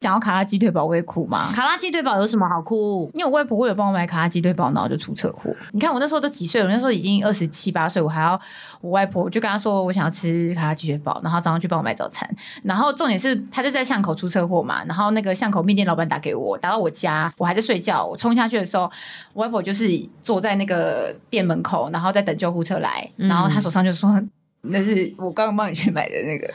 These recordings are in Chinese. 讲到卡拉鸡腿堡，我也哭嘛。卡拉鸡腿堡有什么好哭？因为我外婆为了帮我买卡拉鸡腿堡，然后就出车祸。你看我那时候都几岁了，我那时候已经二十七八岁，我还要我外婆我就跟她说我想要吃卡拉鸡腿堡，然后早上去帮我买早餐。然后重点是她就在巷口出车祸嘛，然后那个巷口面店老板打给我，打到我家，我还在睡觉。我冲下去的时候，我外婆就是坐在那个店门口，然后在等救护车来，然后她手上就说。那是我刚刚帮你去买的那个，对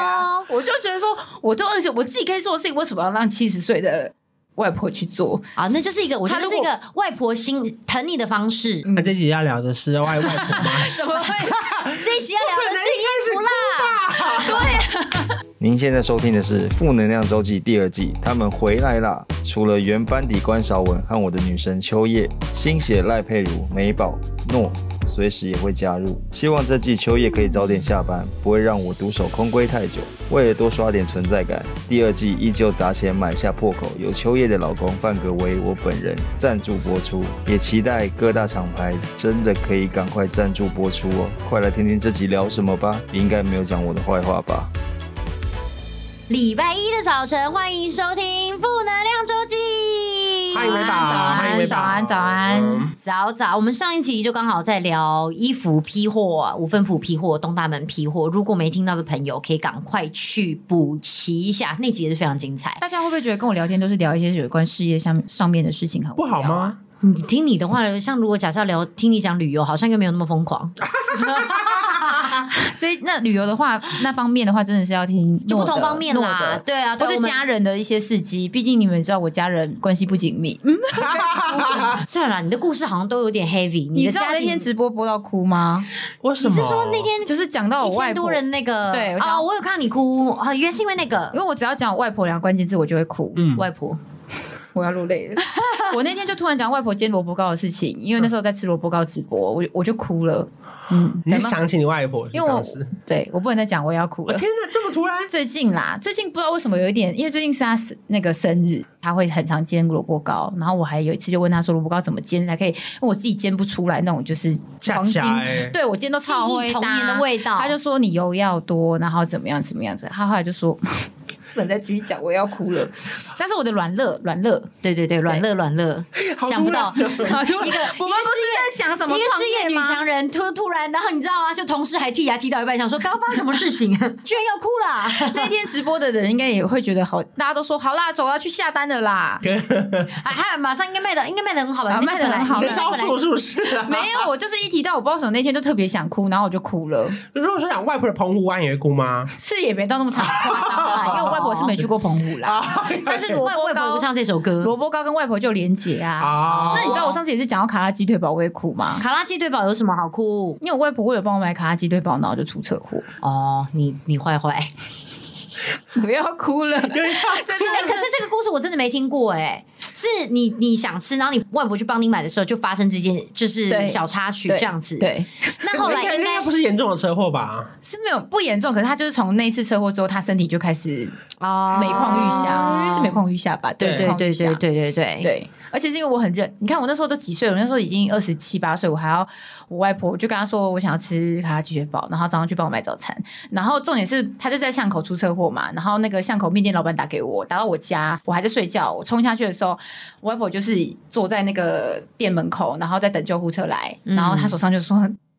啊哦，，我就觉得说，我都而且我自己可以做的事情，为什么要让七十岁的外婆去做？啊，那就是一个，我觉他得如是果一个外婆心疼你的方式。嗯那这集要聊的是外外婆吗？怎 么会？啊这一集要聊的是衣服啦，您现在收听的是《负能量周记》第二季，他们回来啦！除了原班底关韶文和我的女神秋叶，新血赖佩如、美宝、诺随时也会加入。希望这季秋叶可以早点下班，不会让我独守空闺太久。为了多刷点存在感，第二季依旧砸钱买下破口，由秋叶的老公范格为我本人赞助播出，也期待各大厂牌真的可以赶快赞助播出哦！快来听听这集聊什么吧，应该没有讲我的坏话吧？礼拜一的早晨，欢迎收听《负能量周记》。欢迎美宝，欢迎美宝，早安早安嗯早早，我们上一集就刚好在聊衣服批货、五分埔批货、东大门批货。如果没听到的朋友，可以赶快去补齐一下，那集也是非常精彩。大家会不会觉得跟我聊天都是聊一些有关事业上上面的事情很无不聊啊好？吗？你听你的话，像如果假设要聊听你讲旅游，好像又没有那么疯狂，所以那旅游的话，那方面的话，真的是要听就不诺的同方面诺啦的。对啊，或对啊是我们家人的一些事迹，毕竟你们也知道我家人关系不紧密。嗯，啊算了啦，你的故事好像都有点 heavy。你的知道家我那庭天直播播到哭吗？为什你么？是说那天就是讲到一我哦外千婆多，人那个？对我想嗯哦，我有看到你哭啊，原来是因为那个因为我只要讲我外婆两个关键字，我就会哭。嗯，外婆。我要落 泪了。我那天就突然讲外婆煎萝卜糕的事情，因为那时候在吃萝卜糕直播，我我就哭了。嗯，你是怎么想起你外婆？因为我当时对我不能再讲，我也要哭我了。天哪，这么突然！最近啦，最近不知道为什么有一点，因为最近是他生那个生日，他会很常煎萝卜糕，然后我还有一次就问他说萝卜糕怎么煎才可以，因为我自己煎不出来那种就是恰黄金，恰欸对我煎都记超忆会童年的搭味道。他就说你油要多，然后怎么样怎么样子。他后来就说不能再继续讲，我要哭了。 但是我的软肋软肋，对对对，软肋 软肋，好想不突然到一个 一个在失讲什业一个失业女强人突突然，然后你知道吗？就同事还替牙踢到一半，想说刚刚发生什么事情， 居然要哭啦！ 那天直播的人应该也会觉得好，大家都说好啦，走啦，去下单了 啦。 还还马上应该卖的应该卖的很好吧？啊那个卖得本来很好你那的个招本来数是不是、啊？没有，我就是一提到我不知道为什么那天就特别想哭，然后我就哭了， 如果说讲外婆的澎湖湾也会哭 吗？ 是也没到那么惨夸张啦，因为我外婆是没去过澎湖啦， 但是萝外卜外婆糕不唱这首歌。萝卜糕跟外婆就有连结啊。啊，那你知道我上次也是讲到卡拉鸡腿堡我也哭吗？卡拉鸡腿堡有什么好哭？因为我外婆为了帮我买卡拉鸡腿堡，然后就出车祸，哦，你你坏坏。 我要哭了。 真 哎、的可是这个故事我真的没听过哎、是你你想吃，然后你外婆去帮你买的时候，就发生这件就是对小插曲对这样子。，对，那后来应应该该不是严重的车祸吧？是没有不严重，可是她就是从那次车祸之后，她身体就开始哦每况愈下，啊是每况愈下吧？对对每况愈对下对对对对，对，而且是因为我很认，你看我那时候都几岁了，我那时候已经二十七八岁，我还要我外婆我就跟她说我想要吃卡拉鸡腿堡，然后早上去帮我买早餐，然后重点是她就在巷口出车祸嘛，然后那个巷口面店老板打给我，打到我家，我还在睡觉，我冲下去的时候，我外婆就是坐在那个店门口，然后在等救护车来，然后她手上就说。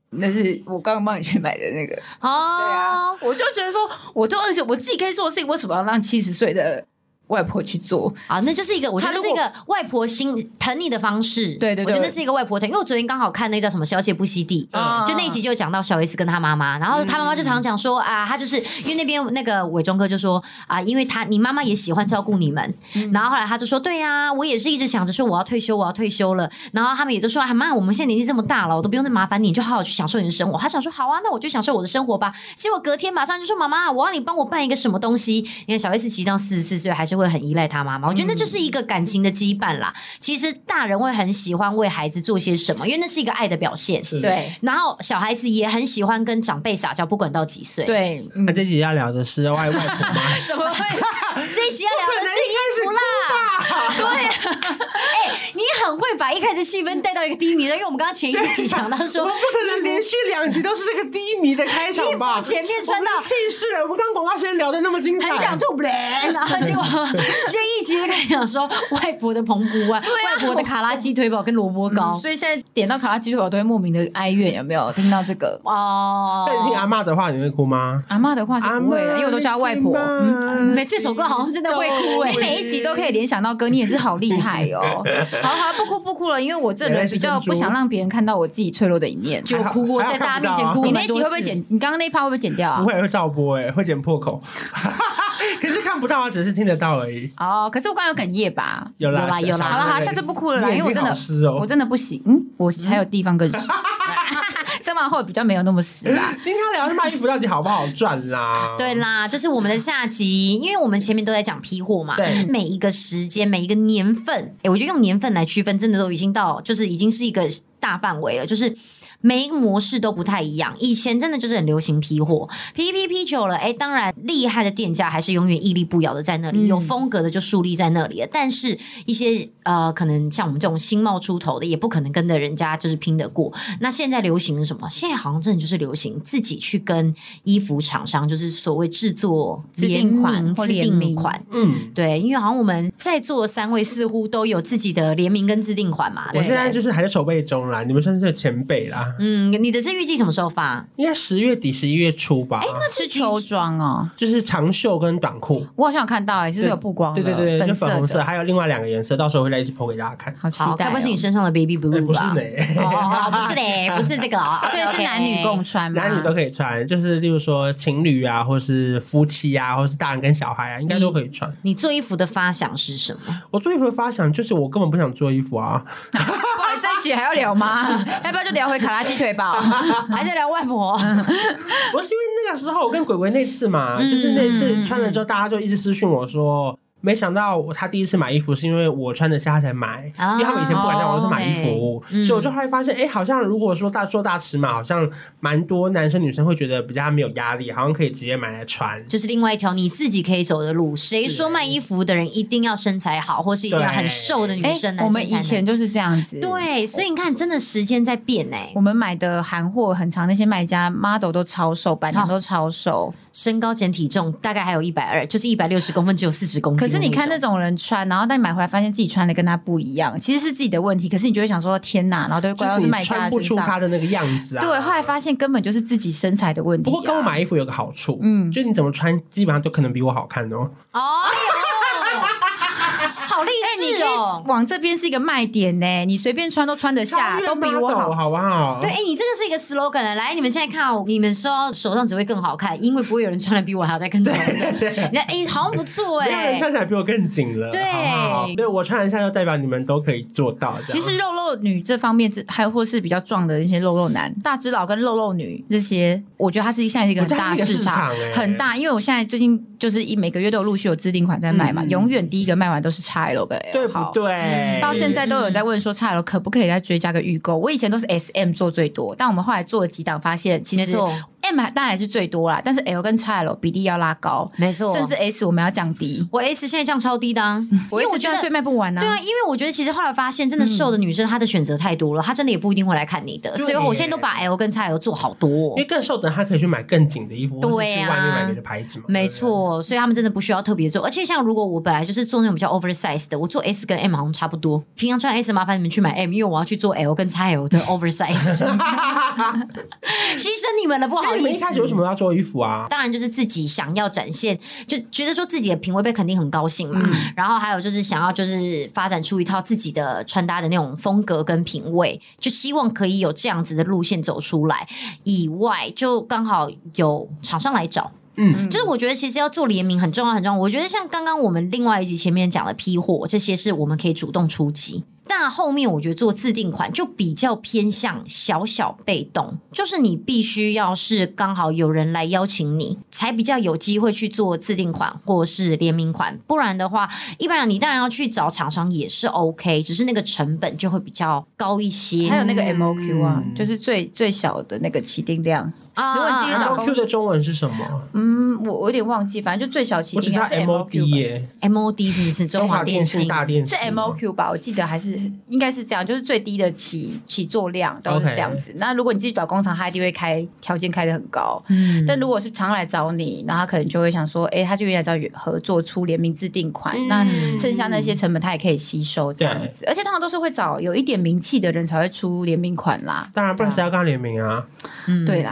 那是我刚刚帮你去买的那个，哦，对啊，我就觉得说，我都而且我自己可以做的事情，为什么要让七十岁的外婆去做？啊，那就是一个，我觉他得如是果一个外婆心疼你的方式。对对对我觉得那是一个外婆疼，因为我昨天刚好看那叫什么《小姐不惜地》。嗯就那一集就讲到小 S 跟她妈妈，然后她妈妈就常讲说、啊，她就是因为那边那个伟忠哥就说啊，因为她你妈妈也喜欢照顾你们，嗯然后后来她就说对呀、我也是一直想着说我要退休，我要退休了，然后他们也就说啊妈，我们现在年纪这么大了，我都不用再麻烦你，你就好好去享受你的生活。她想说好啊，那我就享受我的生活吧。结果隔天马上就说妈妈，我要你帮我办一个什么东西。你看小 S 其实到四十四岁还是会很依赖她妈妈，我觉得那就是一个感情的羁绊啦。其实大人会很喜欢为孩子做些什么，因为那是一个爱的表现。是。对然后小孩子也很喜欢跟长辈撒娇，不管到几岁。，对，嗯 那，这集要聊的是外外婆吗？ 怎么会？这一集要聊的是衣服啦。对，哎、你很会把一开始气氛带到一个低迷的，因为我们刚刚前一集讲到我说们。不可能连续两集都是这个低迷的开场吧？前面穿到我们的气势了，我们刚广告时间聊的那么精彩，很想吐嘞，然 后结果这一集就开始讲说外婆的澎湖湾、外婆的卡拉鸡腿堡跟萝卜糕嗯所以现在点到卡拉鸡腿堡都会莫名的哀怨，有没有听到这个？哦那。你听阿嬷的话，你会哭吗？阿妈的话是阿不嬷会的，因为我都叫她外婆。嗯，嗯每这首歌好像真的会哭哎、你每一集都可以联想到歌，你也是好厉害 哦。好好，不哭不哭了，因为我这人比较不想让别人看到我自己脆弱的一面。就哭过，在大家面前哭你很那集多次。会不会剪？你刚刚那一趴会不会剪掉啊？不会会照播哎、会剪破口， 可是看不到啊，只是听得到而已。哦，可是我刚刚有哽咽吧？有啦有啦有啦小好了好那了，个下次不哭了啦，你因为我眼睛真的好湿哦我真的不行，嗯，我还有地方更 湿， 生完后比较没有那么湿啦。今天要聊是卖衣服到底好不好赚啦？对啦，就是我们的下集，因为我们前面都在讲批货嘛，对每一个时间、每一个年份，哎，我觉得用年份来区分，真的都已经到，就是已经是一个大范围了，就是。每一个模式都不太一样，以前真的就是很流行批货，批批批久了，哎，当然厉害的店家还是永远屹立不摇的在那里，嗯有风格的就树立在那里了。但是一些呃，可能像我们这种新冒出头的，也不可能跟着人家就是拼得过。那现在流行是什么？现在好像真的就是流行自己去跟衣服厂商，就是所谓制作自定款联名或自联定名款。嗯，对，因为好像我们在座的三位似乎都有自己的联名跟自定款嘛。我对不现在对就是还在筹备中啦，你们算是前辈啦，嗯，你的是预计什么时候发？应该十月底十一月初吧。是秋装哦，就是长袖跟短裤，我好像有看到，哎，是不是有曝光了？对对对，就粉粉红色色，的，还有另外两个颜色，到时候会在一起 PO 给大家看。好期好，待该哦。不会是你身上的 baby 哎 blue 不是吧？呢，哦，不是嘞，不是这 个哦，所以是男女共穿吗？男女都可以穿，就是例如说情侣啊，或是夫妻啊，或是大人跟小孩啊，应该都可以穿。 你做衣服的发想是什 么？我做衣服的发想就是我根本不想做衣服啊，不好意思，这一局还要聊 吗？要不要就聊回卡拉鸡腿堡？还在聊外婆？我是因为那个时候我跟鬼鬼那次嘛，嗯就是那次穿了之后，大家就一直私讯我说。没想到我他第一次买衣服是因为我穿得下他才买，啊因为他们以前不敢在网上买衣哦服，嗯所以我就后来发现，哎、好像如果说大做大尺码，好像蛮多男生女生会觉得比较没有压力，好像可以直接买来穿。就是另外一条你自己可以走的路。谁说卖衣服的人一定要身材好，或是一定要很瘦的女生哎男我们生以才能前就是这样子。。对，所以你看，真的时间在变哎、我们买的韩货很长，那些卖家 model 都超瘦，版娘都超瘦。身高减体重大概还有一百二，就是一百六十公分，只有四十公斤。可是你看那，种人穿，然后但买回来发现自己穿的跟他不一样，其实是自己的问题。可是你就会想说天哪，然后都会就怪到是是你卖家穿的不身出他上。的那个样子啊。对，后来发现根本就是自己身材的问题、不啊。过跟我买衣服有个好处，嗯就你怎么穿，基本上都可能比我好看哦。哦哟，好励哎、你志可哦以！往这边是一个卖点呢、你随便穿都穿得下，都比我超越 model，好。好不好？对，哎、你这个是一个 slogan 啊来，你们现在看哦，你们说手上只会更好看，因为不会有人穿的比我还要再更丑。你看，哎、好像不错哎、没有人穿起来比我更紧了，对好不好对我穿一下就代表你们都可以做到。这样其实肉肉女这方面，这还有或是比较壮的那些肉肉男、大只佬跟肉肉女这些，我觉得它是现在是一个很大的市场嗯我觉得它是一个市场欸很大。因为我现在最近就是一每个月都有陆续有制定款在卖嘛，嗯永远第一个卖完都是 XL 跟 L 对号不嗯对？到现在都有人在问说 XL 可不可以再追加个预购？我以前都是 S M 做最多，但我们后来做了几档，发现其没实错， M 还当然还是最多啦，但是 L 跟 XL 比例要拉高，没错，甚至 S 我们要降低。我 S 现在这样超低的、啊，因为因为我觉得最卖不完啊。对啊，因为我觉得其实后来发现，真的瘦的女生她的选择太多了，她真的也不一定会来看你的，对所以我现在都把 L 跟 XL 做好多、哦因为更瘦的他可以去买更紧的衣服，或是对去啊外面买别的牌子嘛。没对不对，错，所以他们真的不需要特别做，而且像如果我本来就是做那种比较 oversize 的，我做 S 跟 M 好像差不多。平常穿 S，麻烦你们去买 M，因为我要去做 L 跟 XL 的 oversize，牺牲你们了，不好那你意们思。一开始为什么要做衣服啊？当然就是自己想要展现，就觉得说自己的品味被肯定很高兴嘛。然后还有就是想要就是发展出一套自己的穿搭的那种风格跟品味，就希望可以有这样子的路线走出来。以外，就刚好有厂商来找。嗯就是我觉得其实要做联名很重要，很重要。我觉得像刚刚我们另外一集前面讲的批货，这些是我们可以主动出击。但后面我觉得做自定款就比较偏向小小被动，就是你必须要是刚好有人来邀请你，才比较有机会去做自定款或是联名款。不然的话，一般人你当然要去找厂商也是 OK，只是那个成本就会比较高一些。嗯还有那个 MOQ 啊，嗯就是最最小的那个起订量，啊如果你继续啊啊找 M O 工 Q 作，的中文是什么？嗯，我我有点忘记，反正就最小起我只应知道该是 M O D MOQ 吧耶， MOD 是是中中华华电电信信大电是信 M O Q 吧？我记得还是应该是这样，就是最低的起起作量都是这样子。那如果你自己找工厂，他一定会开条件开的很高。嗯但如果是常来找你，那他可能就会想说，哎、他就原来找合作出联名制定款，那剩下那些成本他也可以吸收这样子。而且通常都是会找有一点名气的人才会出联名款啦。当然，不然谁要跟他联名啊？嗯对啦，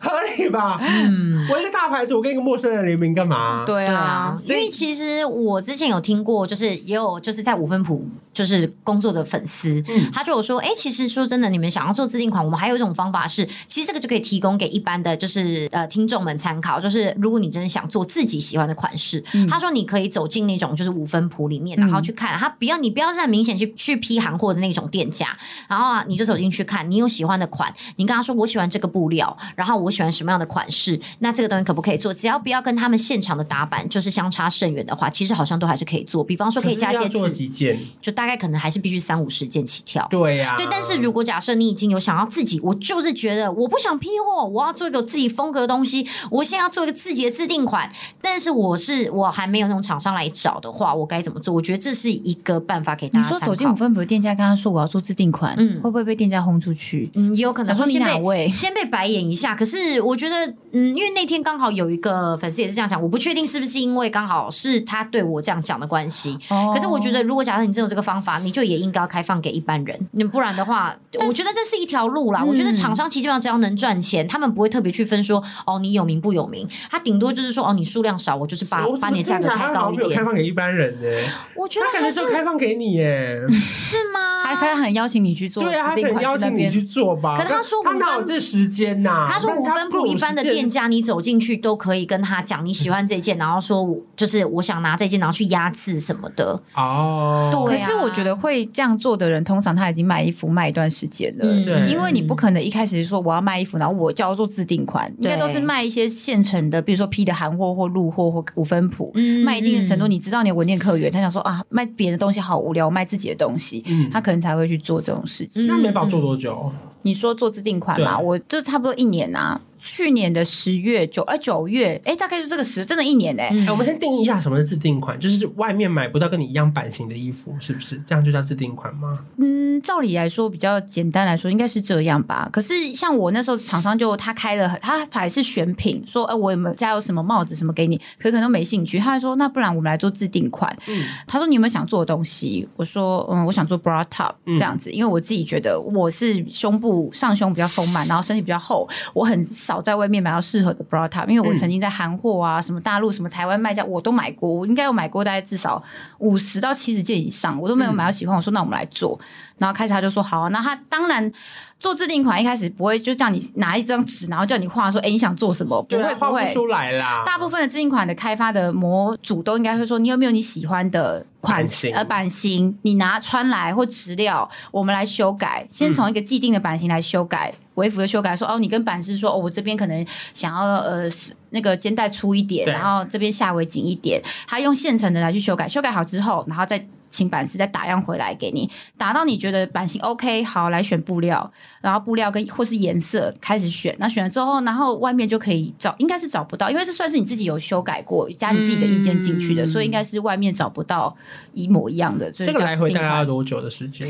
合理吧？嗯。我一个大牌子，我跟一个陌生人联名干嘛？对对啊啊，，因所为以其实我之前有听过，就是也有就是在五分谱就是工作的粉丝，嗯他就有说，哎、其实说真的，你们想要做自定款，我们还有一种方法是，其实这个就可以提供给一般的就是呃听众们参考，就是如果你真的想做自己喜欢的款式，嗯他说你可以走进那种就是五分谱里面，然后去看，他不要你不要是很明显去去批韩货的那种店家，然后啊，你就走进去看，你有喜欢的款，你跟他说我喜欢这个布料，然后我喜欢什么样的款式，那这个东西可不可以做？只要不要跟他们现场的打版就是相差甚远的话，其实好像都还是可以做。比方说可以加一可是些要做字，几件？就大概可能还是必须三五十件起跳。对呀，对，但是如果假设你已经有想要自己，我就是觉得我不想批货，我要做一个自己风格的东西，我现在要做一个自己的自定款，但是我是我还没有那种厂商来找的话，我该怎么做？我觉得这是一个办法给大你家参说考。走进五分埔的店家，跟他说我要做制定款，嗯会不会被店家轰出去？嗯，也有可能想说会你先哪被位？先被白眼一下。可是我觉得，嗯，因为那天刚好有一个粉丝也是这样讲，我不确定是不是因为刚好是他对我这样讲的关系。哦可是我觉得，如果假设你真有这个方法，你就也应该要开放给一般人，你不然的话，我觉得这是一条路啦。嗯我觉得厂商其实基本上只要能赚钱，他们不会特别去分说哦你有名不有名，他顶多就是说哦你数量少，我就是把我把你的价格开高一没有开点。放给一般人呢，我觉得他可还能是说开放给你耶，是吗？还他很邀请你去做对啊，制他可定能款邀去那请你边去做吧。可是他说他五哪分有这时间呐？他说不然五分铺不如一般的时间店家，你走进去都可以跟他讲你喜欢这嗯件，然后说我就是我想拿这件，然后去压制什么的。哦，可对啊是我觉得会这样做的人，通常他已经卖衣服卖一段时间了。嗯对因为你不可能一开始说我要卖衣服，然后我就要做自定款，应该都是卖一些现成的，比如说批的韩货或陆货或五分谱，嗯卖一定的程度，嗯你知道你的稳定客源，他想说啊，卖别人的东西好无聊，我卖自己的东西，嗯他可能才会去做这种事嗯情。那美宝做多久？你说做自定款嘛，对我就差不多一年啊，去年的十月九哎九月哎，大概就这个时，真的一年哎、嗯哎，我们先定义一下什么是自定款，就是外面买不到跟你一样版型的衣服，是不是？这样就叫自定款吗？嗯，照理来说，比较简单来说，应该是这样吧。可是像我那时候，厂商就他开了很，他还是选品，说，哎、我有没有家有什么帽子什么给你？可是可能都没兴趣。他还说，那不然我们来做自定款。嗯，他说你有没有想做的东西？我说，嗯，我想做 bra top 嗯这样子，因为我自己觉得我是胸部上胸比较丰满，然后身体比较厚，我很少在外面买到适合的 bra top，因为我嗯曾经在韩货啊、什么大陆、什么台湾卖家我都买过，我应该有买过大概至少五十到七十件以上，我都嗯没有买到喜欢。我说那我们来做，然后开始他就说好啊、那他当然。做制定款一开始不会就叫你拿一张纸，然后叫你画说，哎、你想做什么？不对啊会，画不不会，出来啦。大部分的自定款的开发的模组都应该会说，你有没有你喜欢的款版式型呃版型，你拿穿来或质料，我们来修改，先从一个既定的版型来修改。微幅的修改说哦，你跟版师说哦，我这边可能想要呃那个肩带粗一点，对然后这边下围紧一点，他用现成的来去修改，修改好之后，然后再请版师再打样回来给你，打到你觉得版型 OK，好来选布料，然后布料跟或是颜色开始选。那选了之后，然后外面就可以找，应该是找不到，因为这算是你自己有修改过，加你自己的意见进去的，嗯所以应该是外面找不到一模一样的。所以这个叫来回定大概款要多久的时间？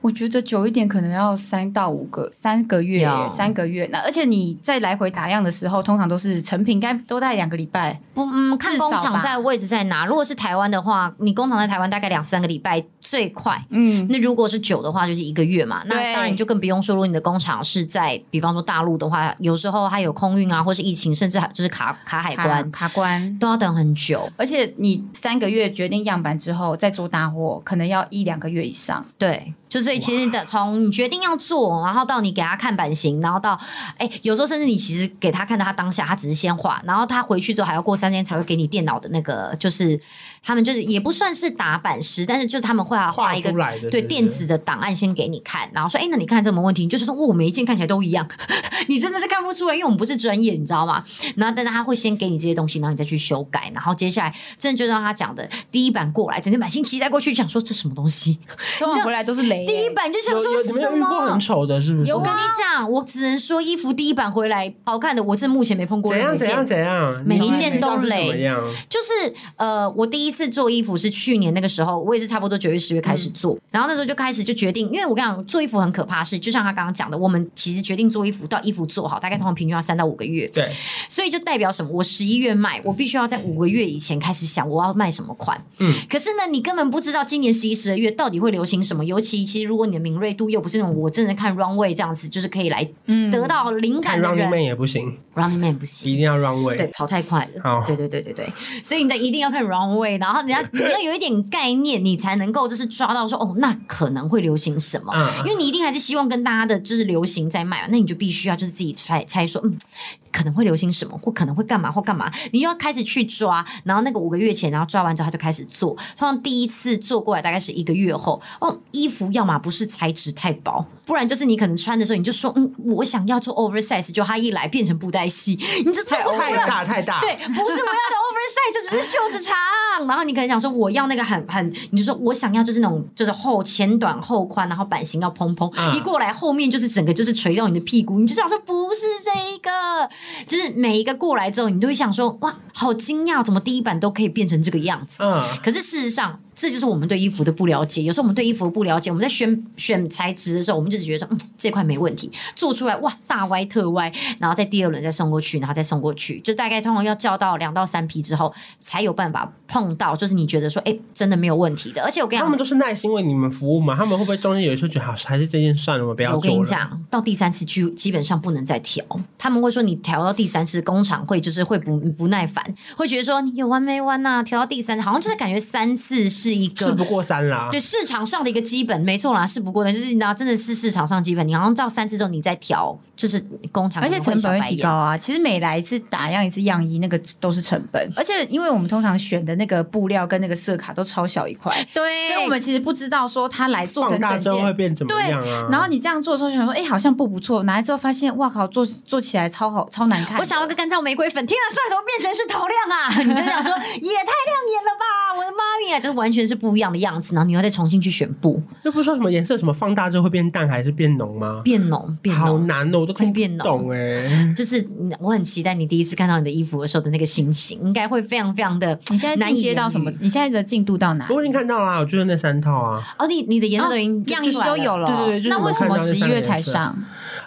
我觉得久一点可能要三到五个，三个月要耶，三个月。那而且你在来回打样的时候，通常都是成品，应该都在两个礼拜。不，嗯，看至少工吧厂在位置在哪。如果是台湾的话，你工厂在台湾大概两三个礼拜最快。嗯，那如果是久的话，就是一个月嘛。那对当然，你就更不用说，如果你的工厂是在，比方说大陆的话，有时候它有空运啊，或是疫情，甚至还就是卡卡海关，卡关。都要等很久。啊而且你三个月决定样板之后再做大货，可能要一两个月以上。对，就所以其实的从你决定要做，然后到你给他看版型，然后到哎，有时候甚至你其实给他看到他当下，他只是先画，然后他回去之后还要过三天才会给你电脑的那个，就是他们就是也不算是打版师，但是就他们会要画画一个出。来的，对不电子。的档案先给你看，然后说，哎，那你看这没问题，你就是说，哦我每一件看起来都一样， 你真的是看不出来，因为我们不是专业，你知道吗？然后，但是他会先给你这些东西，然后你再去修改，然后接下来真的就像他讲的，第一版过来，整天满心期待过去，想说这什么东西，通常回来都是雷雷耶、第一版就想有有说你什们有遇过么很？丑的，是不是？有我跟你讲，我只能说衣服第一版回来好看的，我是目前没碰过怎任何样一怎样件。怎样，每一你们件都遇到是累怎么样？就是呃，我第一次做衣服是去年那个时候，我也是差不多九月十月开始做，然后那时候就开始就决定，因为我跟你讲，做衣服很可怕是，就像他刚刚讲的，我们其实决定做衣服到衣服做好，大概通常平均要三到五个月，对，所以就代表什么？我十一月卖，我必须要在五个月以前开始想我要卖什么款。嗯，可是呢，你根本不知道今年十一、十二月到底会流行什么。尤其其实如果你的敏锐度又不是那种我真的看 runway 这样子，就是可以来嗯得到灵感看的 Running 人 Man 也不行， ，running man 不行。一定要 Runway。对，跑太快了好。对对对对对，所以你得一定要看 runway，然后你要你要有一点概念，你才能够就是抓到说哦，那可能会流行什么。嗯，因为你一定还是希望跟大家的就是流行在卖嘛，那你就必须要就是自己猜猜说，嗯，可能会流行什么，或可能会干嘛或干嘛，你又要开始去抓，然后那个五个月前，然后抓完之后他就开始做，通常第一次做过来大概是一个月后，哦，衣服要么不是材质太薄，不然就是你可能穿的时候你就说，嗯，我想要做 oversize，就它一来变成布袋戏，你就太太太大太大，对，不是我要的 oversize，这只是袖子长。然后你可能想说，我要那个很很，你就说我想要就是那种就是后前短后宽，然后版型要蓬蓬。嗯一过来后面就是整个就是垂到你的屁股，你就想说不是这一个，就是每一个过来之后，你都会想说哇，好惊讶，怎么第一版都可以变成这个样子？嗯，可是事实上，这就是我们对衣服的不了解。有时候我们对衣服的不了解，我们在选选材质的时候，我们就只觉得说，嗯，这块没问题，做出来哇大歪特歪，然后在第二轮再送过去，然后再送过去，就大概通常要叫到两到三批之后，才有办法碰到，就是你觉得说，哎，真的没有问题的。而且我跟你他讲们。都是耐心为你们服务嘛，他们会不会中间有一候觉得好，还是这件算了，我们不要我做跟了？你讲，到第三次基基本上不能再调，他们会说你调到第三次，工厂会就是会不不耐烦，会觉得说你有完没完呐、调到第三次，好像就是感觉三次是一个事不过三啊啊啦，对市场上的一个基本，没错啦，是不过的，就是你知道，真的是市场上基本，你好像到三次之后你再调，就是工厂而且成本会会提高。啊！其实每来一次打样一次样衣，那个都是成本。而且因为我们通常选的那个布料跟那个色卡都超小一块，对，所以我们其实不知道说它来做放成大整之后会件。变怎么样啊？然后你这样做的时候想说，哎、好像布不错，拿来之后发现，哇靠，做做起来超好，超难看。我想要个干燥玫瑰粉，天啊，算了，怎么变成是头亮啊？ 你就想说也太亮眼了吧，我的妈咪啊，就是完全是不一样的样子，然后你要再重新去选布，又不是说什么颜色什么放大之后会变淡还是变浓吗？变浓变好浓。难哦，我都听会变不浓懂哎。就是嗯我很期待你第一次看到你的衣服的时候的那个心情，应该会非常非常的你现在难进以阶到言什么喻？你现在的进度到哪？我已经看到啦，我就是那三套啊，哦，你你的颜色都已经哦样衣出来都有了，对对对就是那我为什看到么那十一三个月颜才色上？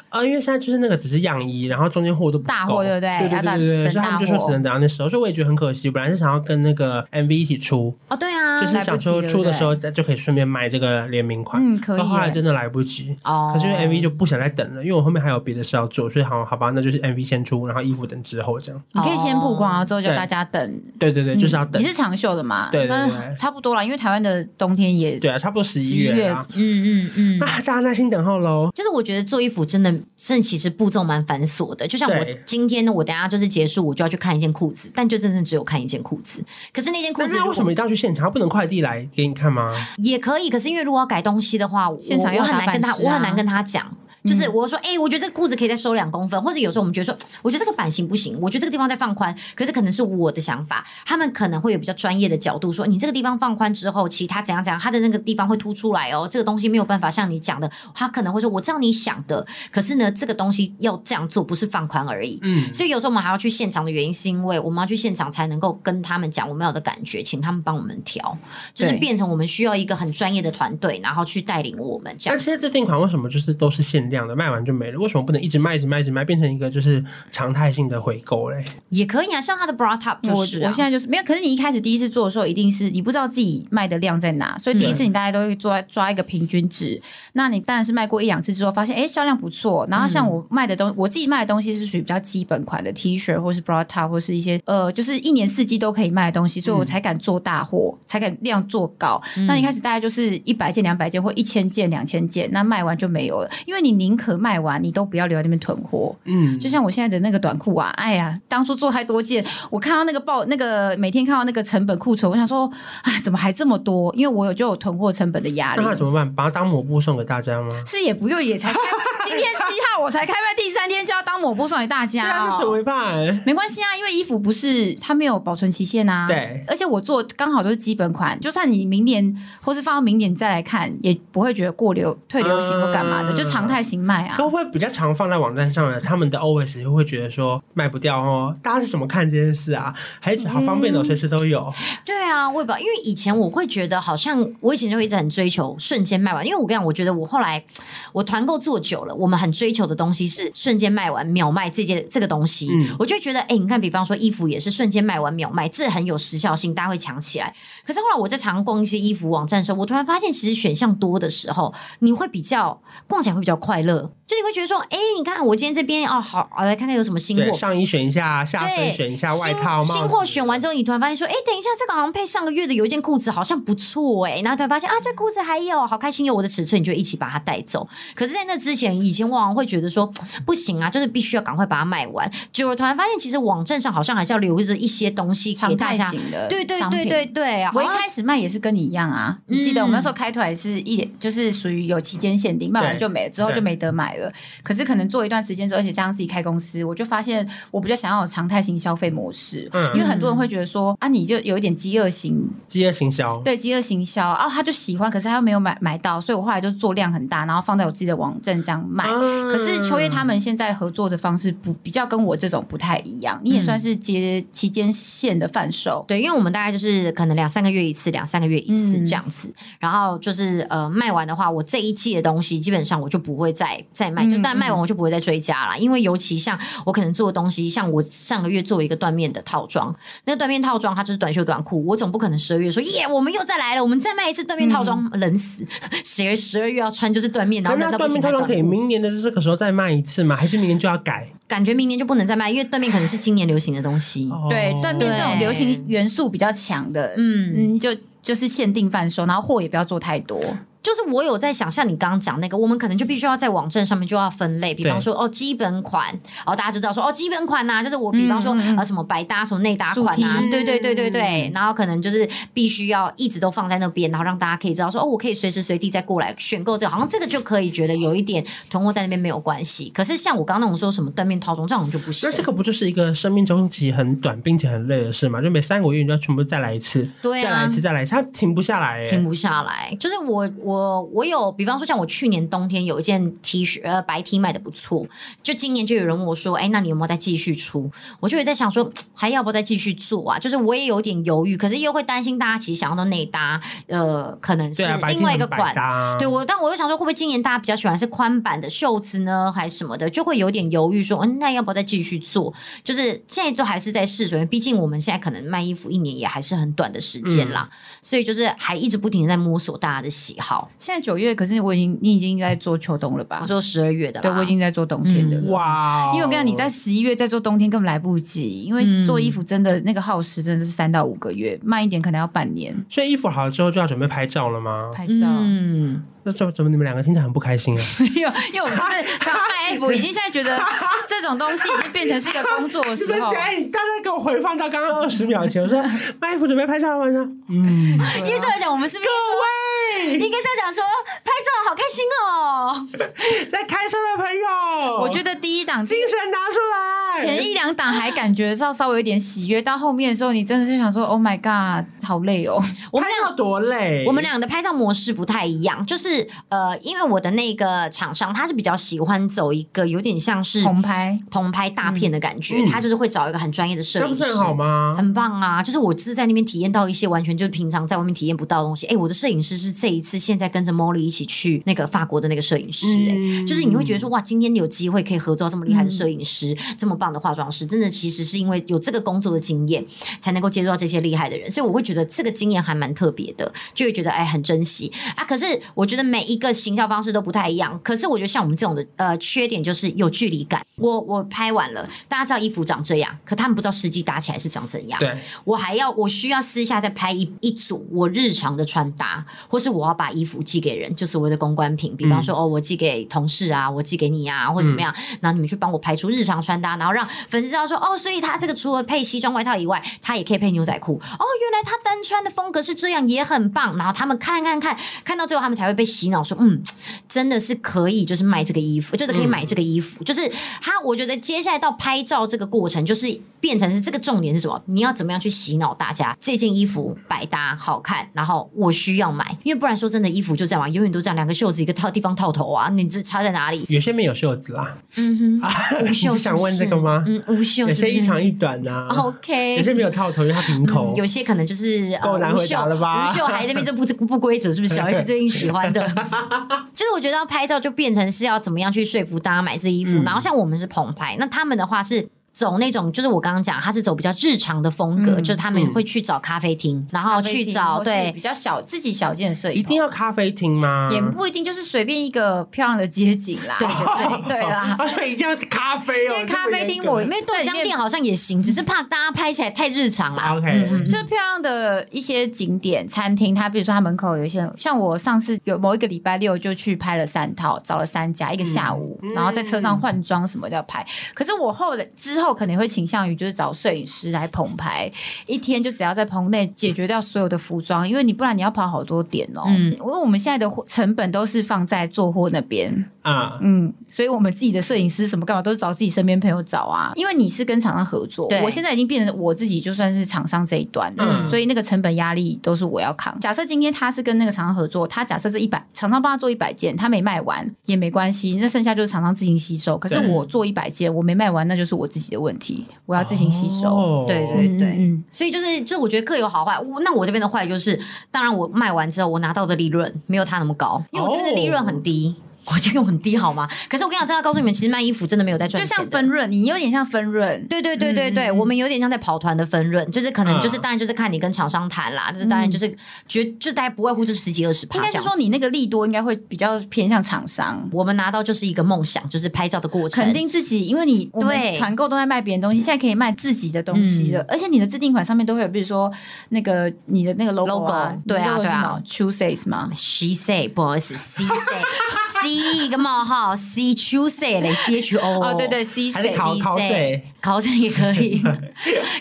呃，因为现在就是那个只是样衣，然后中间货都不大够货对不对对对要等对对对，所以等他大们就说货只能等到那时候，所以我也觉得很可惜，本来是想要跟那个 MV 一起出，哦，对啊，就是想说来不及出的时候再就可以顺便卖这个联名款，嗯，可以但后来耶。真的来不及。哦，可是因为 MV 就不想再等了，因为我后面还有别的事要做，所以好好吧，那就是 MV 先出，然后衣服等之后这样。你可以先曝光，然后之后叫哦对大家等。对对对，就是要嗯等你。是长袖的嘛？对对那对差不多啦，因为台湾的冬天也对啊，差不多十一11月月啊，嗯嗯嗯啊，大家耐心等候喽。就是我觉得做衣服真的，真的其实步骤蛮繁琐的。就像我对今天呢，我等一下就是结束，我就要去看一件裤子，但就真的只有看一件裤子。可是那件裤但子是为什么一定要去现场？他不能快递来给你看吗？也可以？可是因为如果要改东西的话，我现场我要很难打版跟他，式啊嗯我很难跟他讲。就是我说，哎、我觉得这个裤子可以再收两公分，或者有时候我们觉得说，我觉得这个版型不行，我觉得这个地方再放宽，可是可能是我的想法，他们可能会有比较专业的角度说，你这个地方放宽之后，其他怎样怎样，它的那个地方会凸出来哦，这个东西没有办法像你讲的，他可能会说，我知道你想的，可是呢，这个东西要这样做，不是放宽而已。嗯，啊所以有时候我们还要去现场的原因，是因为我们要去现场才能够跟他们讲我们有的感觉，请他们帮我们调，就是对变成我们需要一个很专业的团队，然后去带领我们这那样现在这定款为什么就是都是限量的，卖完就没了？为什么不能一直卖、一直卖、一直卖，变成一个就是常态性的回购嘞？也可以啊。像他的 bra top 我就我是、啊，现在就是没有，可是你一开始第一次做的时候，一定是你不知道自己卖的量在哪，所以第一次你大概都会抓抓一个平均值。那你当然是卖过一两次之后，发现哎销量不错。然后像嗯我卖的东我自己卖的东西是属于比较基本款的 T 恤，或是 bra top，或是一些呃，就是一年四季都可以卖的东西，嗯所以我才敢做大货，才敢量做高。那你开始大概就是一百件、两百件或一千件、两千件，那卖完就没有了，因为你宁可卖完，你都不要留在那边囤货。嗯，就像我现在的那个短裤啊，哎呀，当初做太多件，我看到那个报那个每天看到那个成本库存，我想说，哎，怎么还这么多？因为我有就有囤货成本的压那他力怎。么办？把它当抹布送给大家吗？是也不用，也才开 今天七号，我才开卖第三天就要当抹布送给大对家啊，那怎哦。么办？没关系啊，因为衣服不是它没有保存期限啊。对而且我做刚好都是基本款，就算你明年或是放到明年再来看，也不会觉得过流退流行或干嘛的，嗯就常态型卖啊可。会不会比较常放在网站上的，他们的 OS 会觉得说卖不掉哦？大家是怎么看这件事啊？还好方便的，随时都有。对啊，我也不知道，因为以前我会觉得好像我以前就一直很追求瞬间卖完，因为我跟你讲，我觉得我后来我团购做久了，我们很追求的东西是瞬间卖完秒卖这件这个东西，嗯我就会觉得，哎、你看，比方说衣服也是瞬间卖完秒卖，这很有时效性，大家会抢起来。可是后来我在常逛一些衣服网站的时候，我突然发现，其实选项多的时候，你会比较逛起来会比较快乐，就你会觉得说，哎、你看我今天这边哦，好，啊来看看有什么新货嗯对，，上衣选一下，下对身选一下，新外套、帽子新货选完之后，你突然发现说，哎，等一下，这个好像配上个月的有一件裤子，好像不错哎、然后突然发现啊，这裤子还有，好开心，哦有我的尺寸，你就一起把它带走。可是，在那之前，以前我往往会觉得说，不行啊，就是必须要赶快把它卖完。结果突然发现，其 实网站上好像还是要留着一些东西给常大态家。型的，对对对对。对，哦我一好像开始卖也是跟你一样啊，你记得我们那嗯时候开团是一点，就是属于有期间限定，卖完就没了，之后就没得买了。可是可能做一段时间之后，而且加上自己开公司，我就发现我比较想要有常态型消费模式，嗯因为很多人会觉得说啊，你就有一点饥饿型，饥饿行销，对饥饿行销啊，他就喜欢，可是他又没有买买到，所以我后来就做量很大，然后放在我自己的网站这样卖。嗯可是秋叶他们现在合作的方式不比较跟我这种不太一样，你也嗯算是接期间线的贩售，对，因为我们大概就是可能两三个月一次，两三个月一次嗯这样子。然后就是呃，卖完的话，我这一季的东西基本上我就不会再再卖，就嗯但卖完我就不会再追加啦。因为尤其像我可能做的东西，像我上个月做一个缎面的套装，那个缎面套装它就是短袖短裤，我总不可能十二月说耶，我们又再来了，我们再卖一次缎面套装， 冷死！谁十二月要穿就是缎面，然可后那冷到不断行面还套装短可以裤，明年的这个时候再卖一次吗？还是明年就要改？感觉明年就不能再卖，因为缎面可能是今年流行的东西。嗯对哦断面这种对流行元素比较强的，嗯嗯，就就是限定贩售，然后货也不要做太多，就是我有在想，像你刚刚讲那个，我们可能就必须要在网站上面就要分类，比方说哦基本款，然、后大家就知道说哦基本款呐、就是我比方说、嗯嗯嗯呃什么百搭什么内搭款呐、素 T 对对对对对，然后可能就是必须要一直都放在那边，然后让大家可以知道说哦我可以随时随地再过来选购这个，好像这个就可以觉得有一点囤货在那边没有关系。可是像我刚刚那种说什么断面套装这种就不行，那这个不就是一个生命周期很短并且很累的事吗？就每三个月你就要全部再来一次，对啊再来一次，再来一次，它停不下来、欸，停不下来。就是我我我有，比方说像我去年冬天有一件 T 恤，呃，白 T 卖的不错，就今年就有人问我说，哎，那你有没有再继续出？我就有在想说，嘖还要不要再继续做啊？就是我也有点犹豫，可是又会担心大家其实想要的内搭，呃，可能是对啊，白另天外一个很百款。搭啊对我，但我又想说，会不会今年大家比较喜欢是宽版的袖子呢，还是什么的，就会有点犹豫说，嗯，那要不要再继续做？就是现在都还是在试水，因为毕竟我们现在可能卖衣服一年也还是很短的时间啦，所以就是还一直不停的在摸索大家的喜好。啊现在九月，可是我已经你已经在做秋冬了吧我？做十二月的啦，对，我已经在做冬天的嗯了。哇哦，因为我跟你讲，你在十一月再做冬天根本来不及，因为嗯做衣服真的、那个耗时真的是三到五个月，慢一点可能要半年所以衣服好了之后就要准备拍照了吗？拍照。 嗯，那怎么怎么你们两个听起来很不开 心啊？因为因为我们就是刚卖衣服，已经现在觉得这种东西已经变成是一个工作的时你 们候等。一下大哎家给我回放到刚刚二十秒前，我说卖衣服准备拍照了吗？我说嗯，因为照来讲，我们是不是各应位该是要讲说拍照好开心哦？在开车的朋友，我觉得第一档精神拿出来，前一两档还感觉到稍微有点喜悦，到后面的时候，你真的是想说，Oh my god，好累哦。我们拍俩照多累，我们俩的拍照模式不太一样，就是呃，因为我的那个厂商他是比较喜欢走一个有点像是重拍，棚拍大片的感觉，嗯嗯他就是会找一个很专业的摄那影不师是。很好吗？很棒啊！就是我只是在那边体验到一些完全就是平常在外面体验不到的东西。哎、我的摄影师是这一次现在跟着 Molly 一起去那个法国的那个摄影师、诶嗯就是你会觉得说哇，今天有机会可以合作到这么厉害的摄影师，这么棒的化妆师，真的其实是因为有这个工作的经验，才能够接触到这些厉害的人，所以我会觉得这个经验还蛮特别的，就会觉得哎很珍惜啊。可是我觉得每一个行销方式都不太一样，可是我觉得像我们这种的呃缺点就是有距离感。我我拍完了，大家知道衣服长这样，可他们不知道实际搭起来是长怎样。对，我还要我需要私下再拍一一组我日常的穿搭，或是我要把衣服寄给人，就所谓的公关品，比方说、哦，我寄给同事啊，我寄给你啊，或者怎么样，然后你们去帮我拍出日常穿搭，然后后让粉丝知道说，哦，所以他这个除了配西装外套以外，他也可以配牛仔裤。哦，原来他单穿的风格是这样，也很棒。然后他们看看看，看到最后他们才会被洗脑说，嗯，真的是可以，就是卖这个衣服，就是可以买这个衣服。就是他，我觉得接下来到拍照这个过程，就是变成是这个重点是什么？你要怎么样去洗脑大家？这件衣服百搭好看，然后我需要买，因为不然说真的，衣服就这样嘛，永远都这样，两个袖子一个套地方套头啊，你这差在哪里？有些没有袖 子啦， 嗯哼，无你袖是是想不问这是个吗？嗯，无袖有是不些一是长一短呐、 OK，有些没有套头，因为它平口嗯。有些可能就是够难无回袖答了吧无袖还在那边就不不规则，是不是？小 S 最近喜欢的， 就是我觉得要拍照就变成是要怎么样去说服大家买这衣服。嗯然后像我们是棚拍，那他们的话是。走那种就是我刚刚讲，他是走比较日常的风格，嗯就是他们会去找咖啡厅，然后咖啡去厅找或是对比较小自己小件的摄影棚，一定要咖啡厅吗？也不一定就是随便一个漂亮的街景啦，对对对对 啦。而且一定要咖啡因哦，为咖啡厅我这么严格没有豆浆店好像也行，只是怕大家拍起来太日常啦。啊 OK，、嗯就是漂亮的一些景点、餐厅，它比如说它门口有一些，像我上次有某一个礼拜六就去拍了三套，找了三家，一个下午，嗯然后在车上换装什么都要拍。可是我后来之后可能会倾向于就是找摄影师来棚拍，一天就只要在棚内解决掉所有的服装，因为你不然你要跑好多点哦。嗯因为我们现在的货成本都是放在做货那边，啊，嗯，所以我们自己的摄影师什么干嘛都是找自己身边朋友找啊，因为你是跟厂商合作对，我现在已经变成我自己就算是厂商这一端，嗯嗯，所以那个成本压力都是我要扛。假设今天他是跟那个厂商合作，他假设这一百厂商帮他做一百件，他没卖完也没关系，那剩下就是厂商自行吸收。可是对我做一百件，我没卖完，那就是我自己的问题，我要自行吸收。哦对对对嗯嗯所以就是，就我觉得各有好坏。我那我这边的坏就是，当然我卖完之后，我拿到的利润没有他那么高，因为我这边的利润很低。我这个很低好吗？可是我跟你讲，真的要告诉你们，其实卖衣服真的没有在赚就钱的像分润，你有点像分润，对对对对对，嗯我们有点像在跑团的分润，就是可能就是、嗯当然就是看你跟厂商谈啦，就是当然就是绝就大概不外乎就是十几二十趴嗯应这该样是子。说你那个利多应该会比较偏向厂商。我们拿到就是一个梦想，就是拍照的过程，肯定自己，因为你我们对嗯团购都在卖别人东西，现在可以卖自己的东西了，而且你的制定款上面都会有，比如说那个你的那个 logo 啊 logo，你的对啊 logo 是对啊什么 Tuesdays 吗？ She say，不 好意思，C say，C 一个冒号，C t u e say 嘞，C H O。哦，对对，C 还是 say 烤 C 烤 say 水，烤这也可以，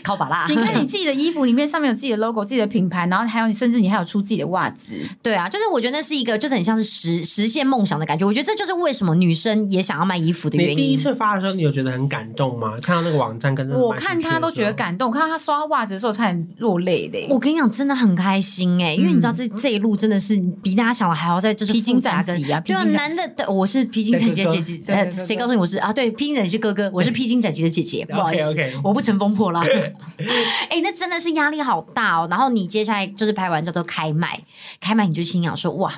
烤把辣你。看你自己的衣服里面上面有自己的 logo、自己的品牌，然后还有你甚至你还有出自己的袜子，对啊，就是我觉得那是一个，就是很像是实实现梦想的感觉。我觉得这就是为什么女生也想要卖衣服的你原第一因。次发的时候，你有觉得很感动吗？看到那个网站跟着我看他都觉得，感动，我看到他刷袜子的时候差点落泪嘞。我跟你讲，真的很开心哎、因为你知道这这一路真的是比大家想的还要再就是嗯披荆复杂斩跟棘啊对啊，披荆斩男的对我是披荆斩棘的姐姐，对哥哥呃对哥哥谁告诉你我是啊？对，披荆斩棘是哥哥，我是披荆斩棘的姐姐，不好意 OK，OK 思，我不乘风破 浪。哎、那真的是压力好大哦。然后你接下来就是拍完照都开卖，开卖你就心想说哇，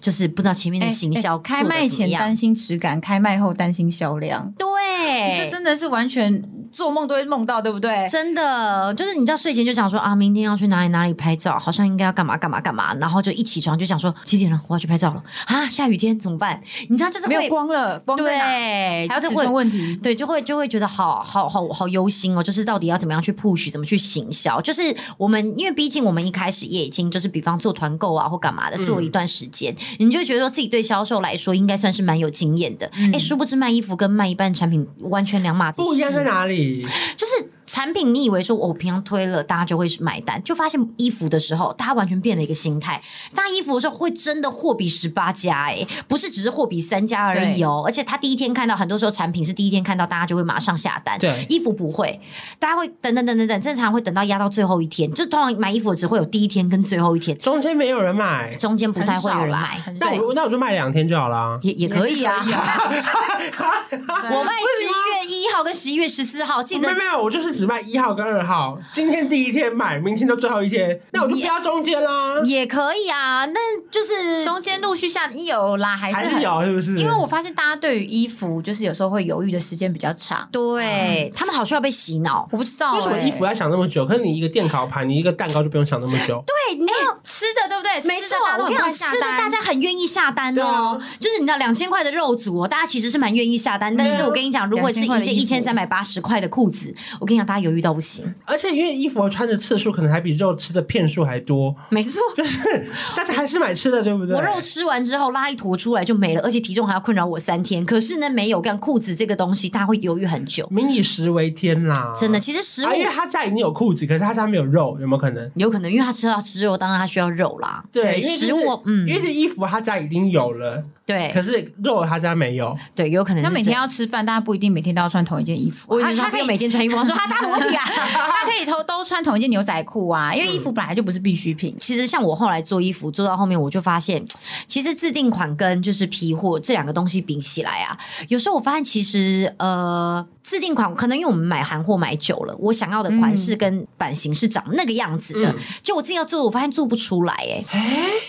就是不知道前面的哎行销、哎开卖前担心质感，开卖后担心销量，这对，真的是完全做梦都会梦到，对不对？真的就是你知道睡前就想说啊，明天要去哪里哪里拍照，好像应该要干嘛干嘛干嘛，然后就一起床就想说几点了，我要去拍照了啊，下雨天怎么办？你知道就是没有会光了，光在哪？对，还有就尺是会寸问题。对，就会就会觉得好好好好忧心哦，就是到底要怎么样去 push，怎么去行销？就是我们，因为毕竟我们一开始也已经就是，比方做团购啊或干嘛的，嗯做了一段时间，你就会觉得说自己对销售来说应该算是蛮有经验的。哎、殊不知卖衣服跟卖一般产品完全两码子事，嗯不一样在哪里？就是产品，你以为说我平常推了，大家就会买单，就发现衣服的时候，大家完全变了一个心态。大家衣服的时候会真的货比十八家、欸，不是只是货比三家而已哦。而且他第一天看到，很多时候产品是第一天看到，大家就会马上下单。对衣服不会，大家会等等等等等，正常会等到压到最后一天。就通常买衣服只会有第一天跟最后一天，中间没有人买，中间不太会有很少人啦买，很少那我那我就卖两天就好啦。也也可以啊。也是可以我我卖卖十一月一号跟十一月十四号，记没得有没有，我就是只卖一号跟二号，今天第一天买，明天就最后一天，那我就不要中间啦，也可以啊。那就 是中间陆续下有啦，还还是是很。有是不嗯是？因为我发现大家对于衣服，就是有时候会犹豫的时间比较长。对、他们好需要被洗脑。我不知道、欸、为什么衣服要想那么久？可是你一个电烤盘，你一个蛋糕就不用想那么久。哎对，对，你知道。吃的对不对？没吃错的，大家都我跟你很讲，快吃下的单啊大家很愿意下单哦，就是你知道两千块的肉组、哦，大家其实是蛮愿意下单。但是我跟你讲，如果是啊2000一块件的一衣服千三百八十块的裤子，我跟你讲，大家犹豫到不行。而且因为衣服穿的次数可能还比肉吃的片数还多，没错， 就是大家还是买吃的，对不对？我肉吃完之后拉一坨出来就没了，而且体重还要困扰我三天。可是呢，没有干裤子这个东西，大家会犹豫很久。民以食为天啦，真的，。其实食物啊，因为他家已经有裤子，可是他家没有肉，有没有可能？有可能，因为他吃到吃肉，当然他需要肉啦。对，因为就是食物，嗯因，为这衣服他家已经有了，可对是肉他家没有。对，有可能是他每天这样。要吃饭，但他不一定每天都要穿同一件衣服。我以他前说他他可没以有每天穿衣服，我说啊，大家裸体啊。他可以偷都穿同一件牛仔裤嗯啊，因为衣服本来就不是必需品。其实像我后来做衣服，做到后面我就发现，其实自定款跟就是批货这两个东西比起来啊，有时候我发现其实呃，自定款可能因为我们买韩货买久了，我想要的款式跟版型是长那个样子的，嗯就我自己要做的，我发现做不出来哎、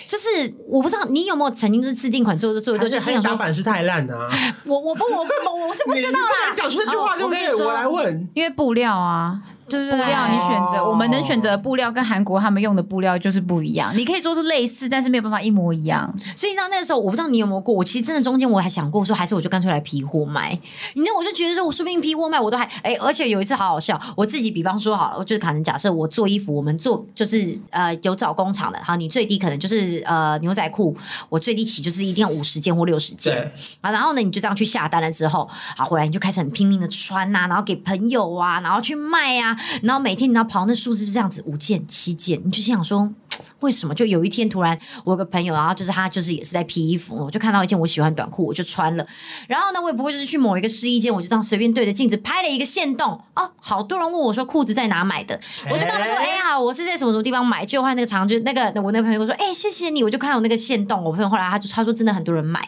就是我不知道你有没有曾经就是自定款做着做着做着，这就是想打说，板是太烂啊！我我不我我我是不 知道你不啦能，讲出这句话，哦对不我跟你对？说我来问，因为布料啊，对布料你选择，哦我们能选择的布料跟韩国他们用的布料就是不一样。你可以做出类似，但是没有办法一模一样。所以你知道那时候，我不知道你有没有过，我其实真的中间我还想过说，还是我就干脆来批货卖。你知道，我就觉得说，我说不定批货卖我都还哎、而且有一次好好笑，我自己比方说好了，就是可能假设我做衣服，我们做就是呃有找工厂的，好，你最低可能就是呃牛仔裤，我最低起就是一定要五十件或六十件对，啊，然后呢你就这样去下单了之后，好回来你就开始很拼命的穿呐、然后给朋友啊，然后去卖啊，然后每天你要跑那数字就这样子五件七件，你就心想说。为什么？就有一天突然，我有个朋友，然后就是他就是也是在批衣服，我就看到一件我喜欢的短裤，我就穿了。然后呢，我也不会就是去某一个试衣间，我就这样随便对着镜子拍了一个线洞哦，好多人问我说裤子在哪买的，我就跟他们说，哎哎、呀，我是在什么什么地方买。就后来那个长就那个我那个朋友跟我说，哎、谢谢你，我就看到那个线洞。我朋友后来他就他说真的很多人买，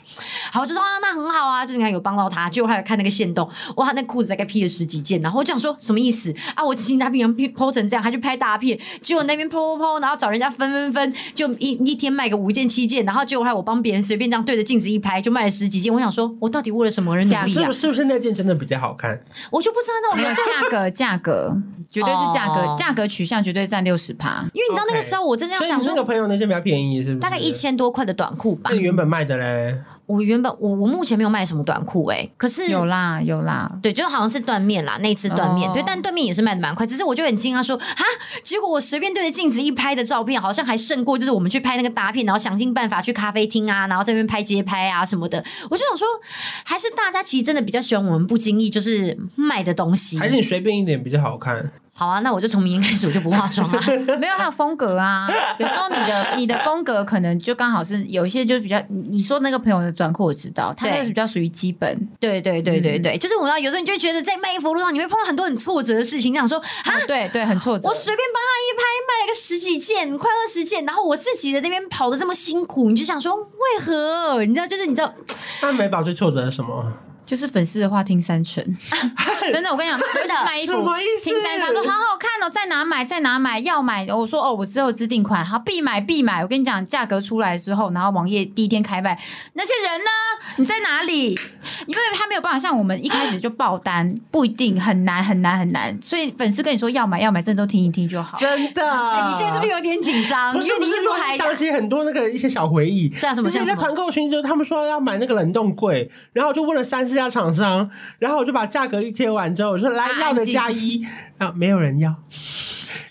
好，我就说啊，那很好啊，就是你看有帮到他。结果后来看那个线洞，哇，那裤子大概批了十几件，然后我就想说什么意思啊？我请他平常 P 剖成这样，他去拍大片，结果那边剖剖剖，然后找人家分分分，就一一天卖个五件七件，然后结果后来我帮别人随便这样对着镜子一拍，就卖了十几件。我想说，我到底为了什么而努假力是啊不？是不是那件真的比较好看？我就不知道那我没 有有时候价格，价格绝对是价格哦，价格取向绝对占六十趴。因为你知道那个时候我真的要所以想你那说个。朋友那件比较便宜，是不是？大概一。千多块的短裤吧那，你原本卖的嘞？我原本我我目前没有卖什么短裤哎、可是有啦有啦，对，就好像是断面啦，那一次断面、哦对，但断面也是卖的蛮快，只是我就很惊讶说啊，结果我随便对着镜子一拍的照片，好像还胜过就是我们去拍那个大片，然后想尽办法去咖啡厅啊，然后在那边拍街拍啊什么的，我就想说，还是大家其实真的比较喜欢我们不经意就是卖的东西还。是你随便一点比较好看？好啊，那我就从明天开始我就不化妆啊了、没有还有风格 啊。有时候你的你的风格可能就刚好是有一些就比较，你你说那个朋友的短裤我知道，他那个对是比较属于基本。对对对对 对，就是我要有时候你就会觉得在卖衣服路上你会碰到很多很挫折的事情，你想说啊，哦对对，很挫折。我随便帮他一拍，卖了个十几件，快二十件，然后我自己的那边跑的这么辛苦，你就想说为何？你知道，就是你知道，那美宝最挫折是什么？就是粉丝的话听三 成，真的，我跟你讲，他真的就是卖衣服什么意思听三成，他说好好看哦，在哪买，在哪买，要买。我说哦，我只有指定款，好必买必买。我跟你讲，价格出来之后，然后网页第一天开卖，那些人呢？你在哪里？因为他没有办法像我们一开始就爆单，不一定很难很难很难。所以粉丝跟你说要买要买，这都听一听就好。 真的？哎、你现在是不是有点紧张？啊不是因为不你衣是服说还想起很多那个一些小回忆，是啊什么之前像什在么团购群之后，他们说要买那个冷冻柜，然后我就问了三四家厂商，然后我就把价格一贴完之后，我说来啊安要的静加一，然后没有人要。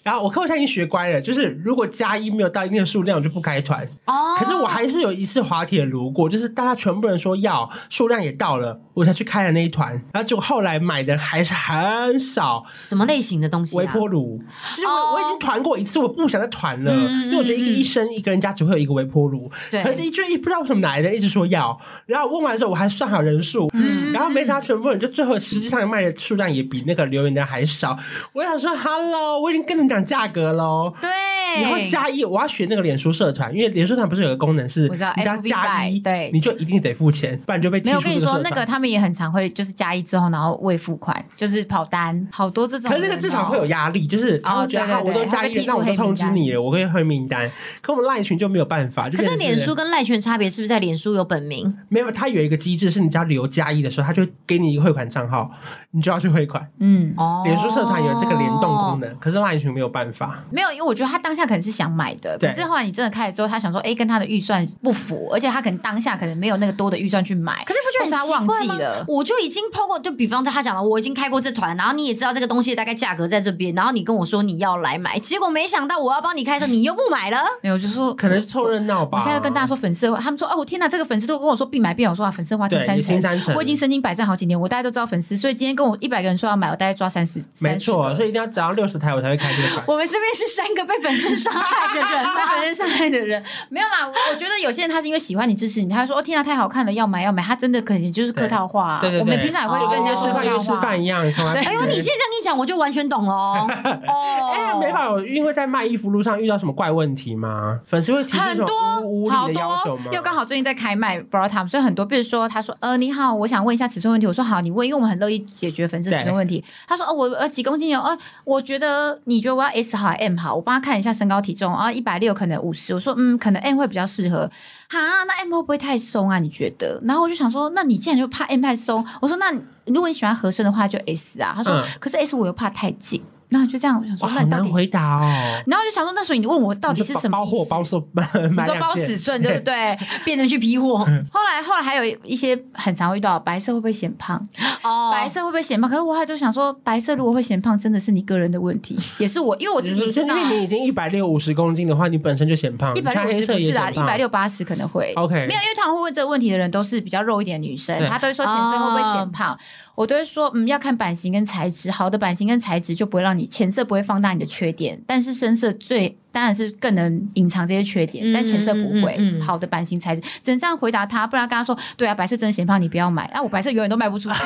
然后我客户现在已经学乖了，就是如果加一没有到一定的数量，我就不开团。哦可是我还是有一次滑铁卢过，就是大家全部人说要，数量也到了，我才去开了那一团。然后结果后来买的人还是很少，什么类型的东西、啊？微波炉，就是哦我我已经团过一次，我不想再团了，嗯嗯因为我觉得一个嗯一生一个人家只会有一个微波炉，对可是就一不知道为什么哪来的一直说要，然后问完之后我还算好人数，嗯然后没想到全部人就最后实际上卖的数量也比那个留言的人还少，我想说 Hello，我已经跟你讲价格喽。对，以后加一，我要学那个脸书社团，因为脸书社团不是有个功能是，我知道你只要 FB 加一， Buy，对你就一定得付钱，不然你就被踢没有，出我跟这你个社说团。，那个他们也很常会就是加一之后，然后未付款，就是跑单，好多这种人可哦。哦是那个至少会有压力，就是他会觉对得对好，我对都加他被一了，踢出那我都黑名通知单你了，我可以黑名单。可我们赖群就没有办法，就可是变成脸书跟赖群差别是不是在脸书有本名？没有，它有一个机制是你只要留加一的时候，它就会给你一个汇款账号，你就要去汇款。嗯，哦，脸书社团有这个联动功能，可是赖群没有办法。没有，因为我觉得他当下可能是想买的，可对是后来你真的开了之后，他想说，哎、跟他的预算不符，而且他可能当下可能没有那个多的预算去买，可是不觉得或是很奇他忘怪记吗了？我就已经抛过，就比方说他讲了，我已经开过这团，然后你也知道这个东西大概价格在这边，然后你跟我说你要来买，结果没想到我要帮你开的时候，你又不买了。没有，我就说可能是凑热闹吧。我现在跟大家说粉丝的话，他们说哦，我天哪，这个粉丝都跟我说必买必买，我说啊，粉丝花听对，三也听成。三成，我已经身经百战好几年，我大家都知道粉丝，所以今天跟我一百个人说要买，我大概抓三十，没错，所以以一定要只要六十台我才会开这个款。 我们身边是三个被粉丝伤害的人，买粉丝伤害的人没有啦。我我觉得有些人他是因为喜欢你支持你，他会说哦天哪，太好看了，要买要买，他真的可能就是客套话啊、对对对，我们平常也会就跟人家哦吃饭约吃饭一样，从来不对 哎呦，你现在这样一讲，我就完全懂了 哦。哦，哎，美宝，有因为在卖衣服路上遇到什么怪问题吗？粉丝会提出很什多么无无好理的要求多吗？，又刚好最近在开卖 bra top，所以很多，比如说他说，呃，你好，我想问一下尺寸问题。我说好，你问，因为我们很乐意解决粉丝尺寸问题。他说，哦，我呃几公斤有？呃，我觉得你觉得我要 S 好还是 M 好？我帮他看一下身高体重，啊，一百六可能五十。我说，嗯，可能 M 会比较适合。哈，那 M 会不会太松啊？你觉得？然后我就想说，那你既然就怕 M 太松，我说那你如果你喜欢合身的话，就 S 啊。他说，嗯可是 S 我又怕太紧。然后就这样，我想说哇，，那好你到难底？回答哦。然后就想说，那所以你问我 到底是什么包意货思包售 你 买说包两尺件，嗯寸对不对？ 变成去批货后来后来还有一些很常会遇到，白色会不会显胖？哦，白色会不会显胖？可是我还就想说，白色如果会显胖，真的是你个人的问题，也是我，因为我自己知因道啊为你已经一百六五十公斤的话，你本身就显胖，一百你穿六黑十色不也是显啊，胖一百六八十可能会。 OK，没有，因为他们会问这个问题的人都是比较肉一点的女生对，她都会说显身会不会显哦胖，我都会说嗯要看版型跟材质，好的版型跟材质就不会让你浅色不会放大你的缺点，但是深色最当然是更能隐藏这些缺点，嗯但浅色不会。嗯嗯嗯好的版型材质只能这样回答他，不然跟他说对啊白色真的显胖，你不要买，那、我白色永远都卖不出去、啊。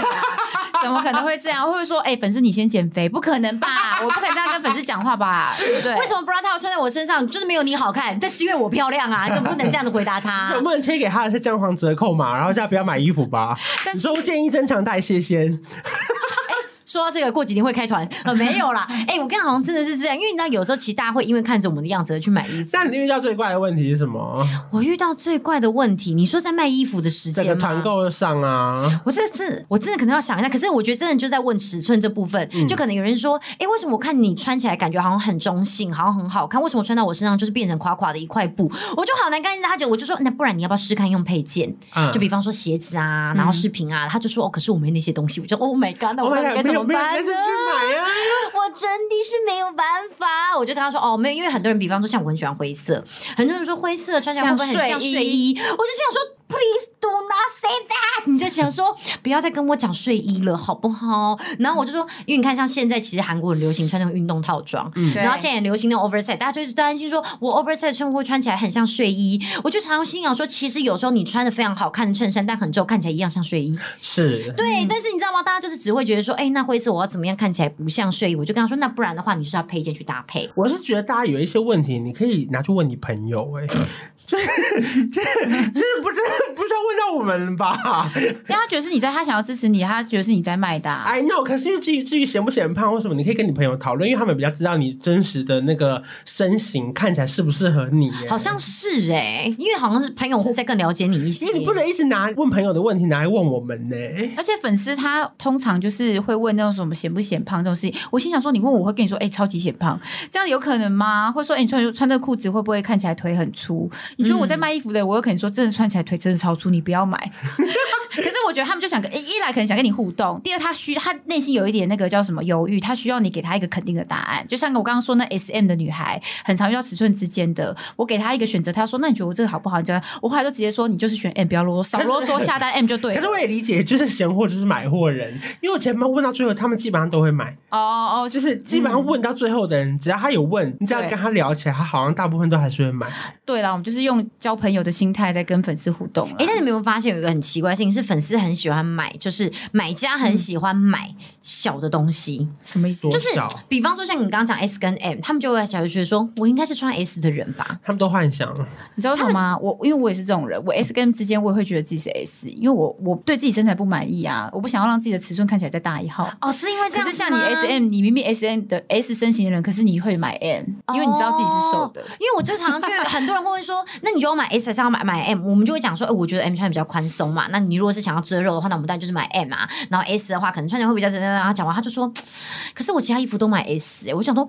怎么可能会这样？会不会说，哎、粉丝你先减肥？不可能吧？我不可能这样跟粉丝讲话吧？对不对？为什么 bra 套穿在我身上就是没有你好看？但是因为我漂亮啊，你怎么不能这样子回答 他？总不能贴给他的是姜黄折扣 嘛，然后叫他不要买衣服吧。但你是说建议增强代谢先， 说到这个，过几天会开团， 呃，没有啦。哎、我看好像真的是这样，因为你知道，有时候其实大家会因为看着我们的样子而去买衣服。那你遇到最怪的问题是什 么？我遇到最怪的问题，你说在卖衣服的时整间个吗？团购上啊，我这真，我真的可能要想一下。可是我觉得真的就在问尺寸这部分，嗯就可能有人说，哎、为什么我看你穿起来感觉好像很中性，好像很好看，为什么穿到我身上就是变成垮垮的一块布？我就好难跟他讲，我就说，那不然你要不要试看用配件？嗯就比方说鞋子啊，然后饰品啊，他就说，哦，可是我没那些东西。我就 Oh my God，那 Oh 我到 my 底 god，该没怎有么没有办人呢就？去 买啊！ 我真的是没有办法，我就跟他说哦，没有，因为很多人，比方说像我很喜欢灰色，很多人说灰色穿起来会不会很像像睡睡衣衣？我就想说，Please do not say that，你就想说不要再跟我讲睡衣了，好不好？然后我就说，因为你看，像现在其实韩国很流行穿那种运动套装，对然后现在也流行那种 oversize，大家就一直担心说我 oversize 穿会穿起来很像睡衣，我就常常心想说，其实有时候你穿的非常好看的衬衫，但很皱，看起来一样像睡衣。是，对，但是你知道吗？大家就是只会觉得说，哎、那灰色我要怎么样看起来不像睡衣？我就跟他说，那不然的话，你就是要配件去搭配。我是觉得大家有一些问题，你可以拿去问你朋友、哎，就是就是就是不真不需要问到我们吧因为他觉得是你在，他想要支持你，他觉得是你在卖的、啊。 ？I know，可是因为至于至于显不显胖或什么，你可以跟你朋友讨论，因为他们比较知道你真实的那个身形看起来适不适合你、哎好像是哎、因为好像是朋友会再更了解你一些。因为你不能一直拿问朋友的问题拿来问我们呢、哎而且粉丝他通常就是会问那种什么显不显胖这种事情，我心想说，你问我会跟你说，哎、超级显胖，这样有可能吗？或者说，哎、你穿穿这个裤子会不会看起来腿很粗？你觉得我嗯在卖衣服的，我有可能说，真的穿起来腿真的超粗，你不要买。 可是我觉得他们就想跟，一来可能想跟你互动，第二他需他内心有一点那个叫什么犹豫，他需要你给他一个肯定的答案。就像我刚刚说那 S M 的女孩，很常遇到尺寸之间的，我给她一个选择，她说那你觉得我这个好不好？你知道，我后来就直接说你就是选 M，不要啰嗦，少啰 嗦，下单 M 就对了。可是我也理解，就是闲货就是买货人，因为我前面问到最后，他们基本上都会嗯买，哦哦，就就是是基本上问到最后的人，只要他有问，你只要对跟他聊起来，他好像大部分都还是会买。对啦，我们就是用交朋友的心态在跟粉丝互动啦。哎、但你们有没有发现有一个很奇怪的事情，是粉丝很喜欢买，就是买家很喜欢买小的东西，什么意思多？就是少比方说像你刚刚讲 S 跟 M，他们就会想就觉得说我应该是穿 S 的人吧？他们都幻想，你知道为什么吗？我因为我也是这种人，我 S 跟 M 之间我也会觉得自己是 S，因为我我对自己身材不满意啊，我不想要让自己的尺寸看起来再大一号。哦，是因为这可样是子吗，像你 S M，你明明 S M 的 S 身型的人，可是你会买 M，因为你知道自己是瘦的哦。因为我就常常觉得很多人会问说，那你觉得我买 S 还是要买买 M？我们就会讲说，哎、我觉得 M 穿得比较 宽松嘛。那你如果是想要遮肉的话，那我们当然就是买 M 啊。然后 S 的话，可能穿起来会比较怎样怎样。然后讲完他就说，嘖可是我其他衣服都买 S，、欸、我想说。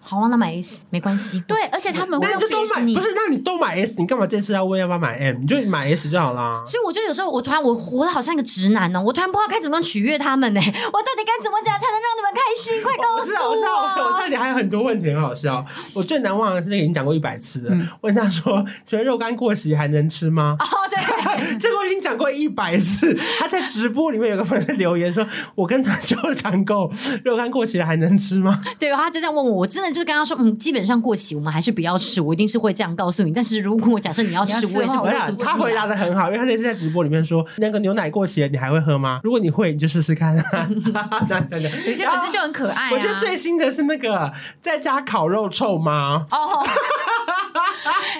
好啊，那买 S 没关系。对，而且他们会那用就比是我买，你不是？那你都买 S，你干嘛这次要问要不要买 M？你就买 S 就好啦。所以我就有时候我突然我活得好像一个直男哦，我突然不知道该怎么样取悦他们呢、我到底该怎么讲才能让你们开心？快告我诉知啊道，我知道，我知道我知我！道你还有很多问题很好笑。我最难忘的是这个已经讲过一百次了。嗯啊问他说：“请问肉干过期还能吃吗？”哦，对，这个我已经讲过一百次。他在直播里面有个粉丝留言说：“我跟团就团购肉干过期了还能吃吗对，他就这样问我，我真的就是跟他说，嗯，基本上过期我们还是不要吃，我一定是会这样告诉你。但是如果假设你要你要吃，吃我也是的不话？”会我阻止哎他回你、答啊。的很好，因为他那次在直播里面说：“那个牛奶过期了，你还会喝吗？如果你会，你就试试看、 啊。” 真的，有些粉丝就很可爱、啊。我觉得最新的是那个啊在家烤肉臭吗？哦，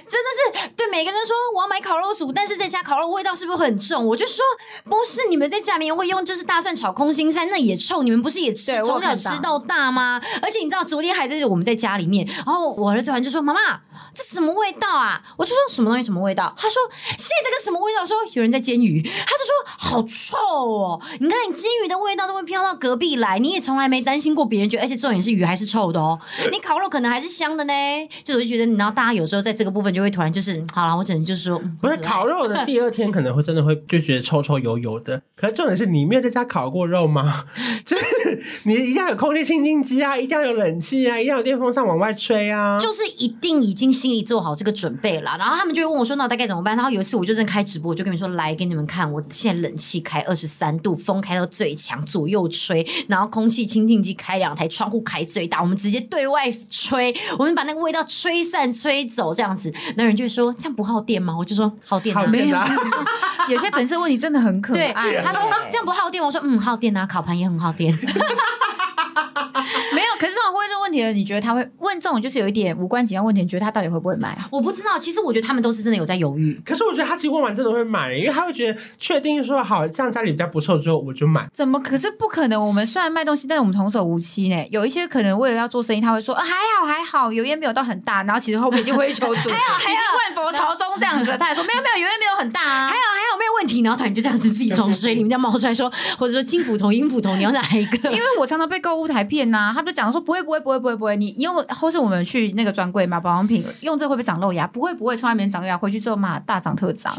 真的是对每个人说我要买烤肉组，但是在家烤肉味道是不是很重？我就说不是，你们在家里面会用就是大蒜炒空心菜，那也臭，你们不是也吃对我有从小看到吃到大吗？而且你知道昨天还在我们在家里面，然后我儿子突然就说妈妈这什么味道啊？我就说什么东西什么味道？他说现在这个什么味道？我说有人在煎鱼，他就说好臭哦！你看你煎鱼的味道都会飘到隔壁来，你也从来没担心过别人觉得，而且重点是鱼还是臭的哦。你烤肉可能还是香的呢，就我就觉得，然后大家有时候在这个部分就会突然就是，好了，我只能就是说，嗯不是烤肉的第二天可能会真的会就觉得臭臭油油的，可是重点是你没有在家烤过肉 吗？就是你一定要有空气清净机啊，一定要有冷气啊，一定要有电风扇往外吹啊。就是一定已经心里做好这个准备了。然后他们就会问我说，那我大概怎么办？然后有一次我就正开直播，我就跟你们说，来给你们看，我现在冷气开二十三度，风开到最强，左右吹，然后空气清净机开两台，窗户开最大，我们直接对外吹，我们把那个味道吹散、吹走，这样子，那人就会说这样不耗电吗？我就说耗电啊好，电啊！ 有些粉丝问题真的很可对，爱。啊他说这样不耗电，我说嗯，耗电啊，烤盘也很耗电。没有，可是这种会问这个问题的，你觉得他会问这种就是有一点无关紧要问题，你觉得他到底会不会买？我不知道，其实我觉得他们都是真的有在犹豫。可是我觉得他其实问完真的会买，因为他会觉得确定说好，这样家里比较不臭之后我就买。怎么？可是不可能。我们虽然卖东西，但是我们童叟无欺呢。有一些可能为了要做生意，他会说啊还好还好，油烟没有到很大。然后其实后面已经挥手 主，还好还好已经万佛朝宗这样子了。他还说没有没有，油烟没有很大啊还。好还好哎没有问题，然后突然就这样子自己从水里面这样冒出来说，或者说金斧头、银斧头，你要哪一个？因为我常常被购物台骗呐、他们就讲说不会不会不会不会不会，你因为或是我们去那个专柜买保养品，用这会不会长肉芽？不会不会，从来没长肉芽，回去之后嘛大涨特涨。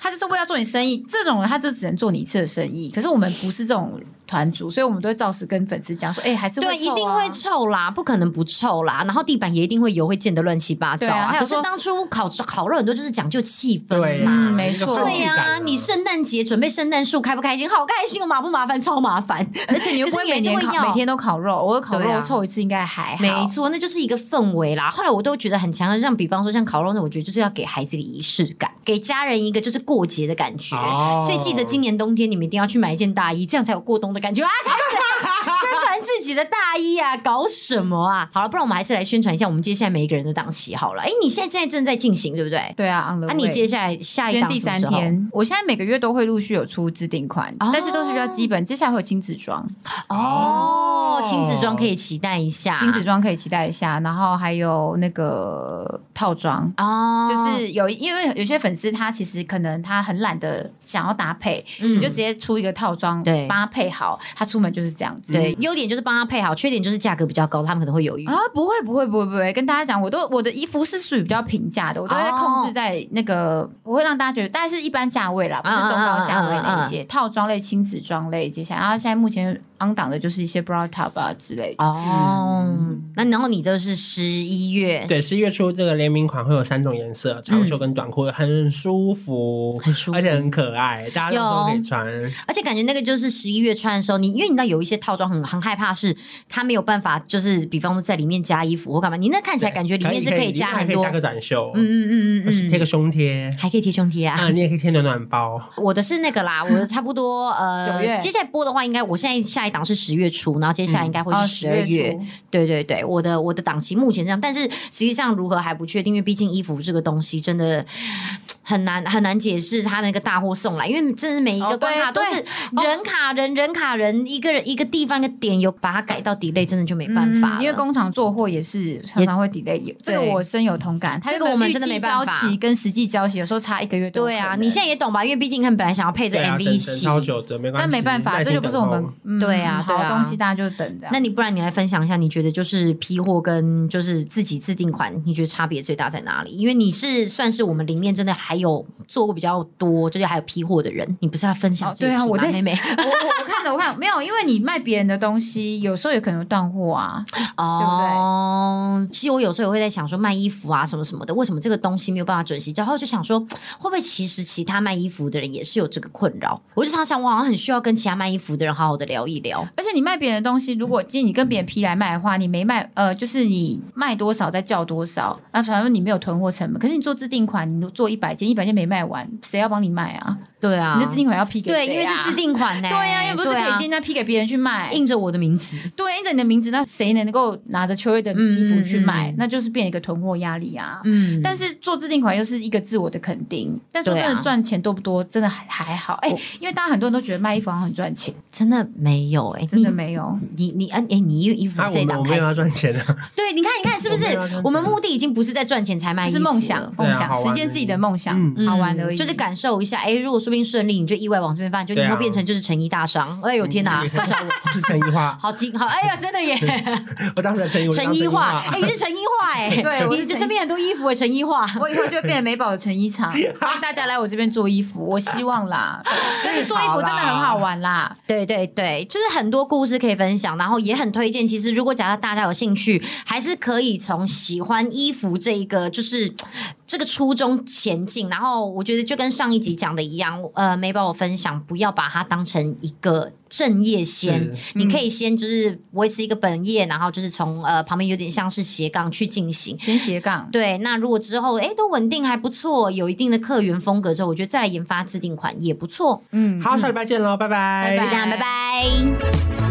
他就是为了做你生意，这种人他就只能做你一次的生意。可是我们不是这种团主，所以我们都会照实跟粉丝讲说，哎、还是会、对，一定会。臭啦，不可能不臭啦。然后地板也一定会油，会溅得乱七八糟对啊还有可是说当初烤烤肉很多就是讲究气氛对嘛。啊，嗯没一个错氛对围呀、感啊你圣诞节准备圣诞树开不开心？好开心哦，麻不麻烦？超麻烦。而且你又不可是会你还每年是会烤，要每天都烤肉，偶尔烤对啊肉凑一次应该还好。没错，那就是一个氛围啦。后来我都觉得很强，啊像比方说像烤肉那，我觉得就是要给孩子一个仪式感，给家人一个就是过节的感觉。哦所以记得今年冬天你们一定要去买一件大衣，这样才有过冬的感觉啊！ 开始宣传自己的大衣啊，搞什么啊？好了，不然我们还是来宣传一下我们接下来每一个人的档期好了。哎，你现在现在正在进行，对不对？对啊，on the 那、 way。你接下来下今天一档第什么三时候天，我现在每个月都会陆续有出制定款，哦但是都是比较基本。接下来会有亲子装，哦哦，亲子装可以期待一下，哦亲子装可以期待一下，然后还有那个套装。哦，就是有，因为有些粉丝他其实可能他很懒得想要搭配，嗯你就直接出一个套装，对帮他配好，他出门就是这样子。对，优点就是帮他配好，缺点就是价格比较高，他们可能会犹豫。嗯啊，不会不会不会不会，跟大家讲，我都我的衣服是属于比较平价的，我都会控哦制在那个，我会让大家觉得大概是一般价位啦，不是嗯嗯中高价嗯位嗯那嗯些、套装类、亲子装类。接下来，然后现在目前 on 档的就是一些 bra top 啊之类的。哦，那然后你都是十一月，对，十一月初这个联名款会有三种颜色，长袖跟短裤，很舒服，嗯很舒服而且很可爱，大家到时候可以穿。而且感觉那个就是十一月穿的时候，你因为你知道有一些套装很很害怕是，它没有办法，就是比方说在里面加衣服或干嘛，你那看起来感觉里面是可以加里面还很可以多，加个短袖，嗯嗯嗯或是嗯贴嗯，个胸贴还可以贴胸贴啊。啊，你也可以贴暖暖 包。我的是那个 啦，我的差不多呃，九月接下来播的话，应该我现在下一档是十月初，然后接下来应该会哦是十二月，初对对对，我的我的档期目前这样，但是实际上如何还不确定，因为毕竟衣服这个东西真的很难很难解释他那个大货送来，因为真的每一哦个对关卡都是对人卡人、人卡人，一个人一个地方一个点有把它改到 delay，真的就没办法了、嗯因为工厂做货也是常常会 delay，这个我深有同感。它嗯这个我们真的没办法预计交期跟实际交期有时候差一个月都有对啊，可能你现在也懂吧？因为毕竟你看，本来想要配着对啊 MV 等一等起，超久的，没关系，但没办法，耐这就心不是我等候们嗯对啊好对啊东西大家就等着。那你不然你来分享一下，你觉得就是批货跟就是自己自定款，你觉得差别最大在哪里？因为你是算是我们里面真的还有做过比较多，就是还有批货的人，你不是要分享哦这一对啊批吗我在妹妹我我我看着我看没有，因为你卖别人的东西，有时候也可能会断货啊。哦，其实我有时候也会在想说卖衣服啊什么什么的，为什么这个东西没有办法准时交？然后就想说会不会其实其他卖衣服的人也是有这个困扰？我就常想，我好像很需要跟其他卖衣服的人好好的聊一聊。而且你卖别人的东西，如果今天你跟别人批来卖的话，你没卖，呃，就是你卖多少再叫多少，那反正你没有囤货成本。可是你做自定款，你做一百件，一百件没卖完，谁要帮你卖啊？对啊你的自定款要批给谁、啊？对，因为是自。定款呢、对呀、又不是对可啊以定价批给别人去卖。印着我的名字。对，印着你的名字，那谁能够拿着秋叶的衣服去卖？嗯嗯嗯那就是变一个囤货压力啊。嗯但是做自定款又是一个自我的肯定，但说对啊哦真的赚钱多不多，真的还还好。哎、因为大家很多人都觉得卖衣服好像很赚钱，真的没有哎、真的没有。你。你你哎哎、你衣衣服啊，这我一们档我们开也要始，赚钱啊，对，你看你看是不是我们要赚钱？我们目的已经不是在赚钱才卖就衣服是了，梦想，对啊梦想，好玩实而现已自己的梦想，嗯好玩而已。就是感受一下，哎、如果说不定顺利，你就意外往这边发展，就对以啊后变成就是成衣大商。哎 呦天 哪，不是是陈怡化，好精好，哎呀真的耶，我当然陈怡，我当成陈衣怡画，化，哎、你是成衣画哎、对我是你这成衣身边很多衣服哎、成衣画。我以后就会变成美宝的成衣厂， 欢迎大家来我这边做衣服，我希望啦。但是做衣服真的很好玩啦，对对对，就是很多故事可以分享，然后也很推荐。其实如果假如大家有兴趣，还是可以从喜欢衣服这一个就是这个初衷前进。然后我觉得就跟上一集讲的一样，呃，没把我分享，不要把它当成一个正业先是，你可以先就是维持一个本业，然后就是从呃旁边有点像是斜杠去进行。先斜杠。对，那如果之后哎都稳定还不错，有一定的客源风格之后，我觉得再来研发自定款也不错。嗯，好，下礼拜见喽，拜拜，拜就这样，拜拜。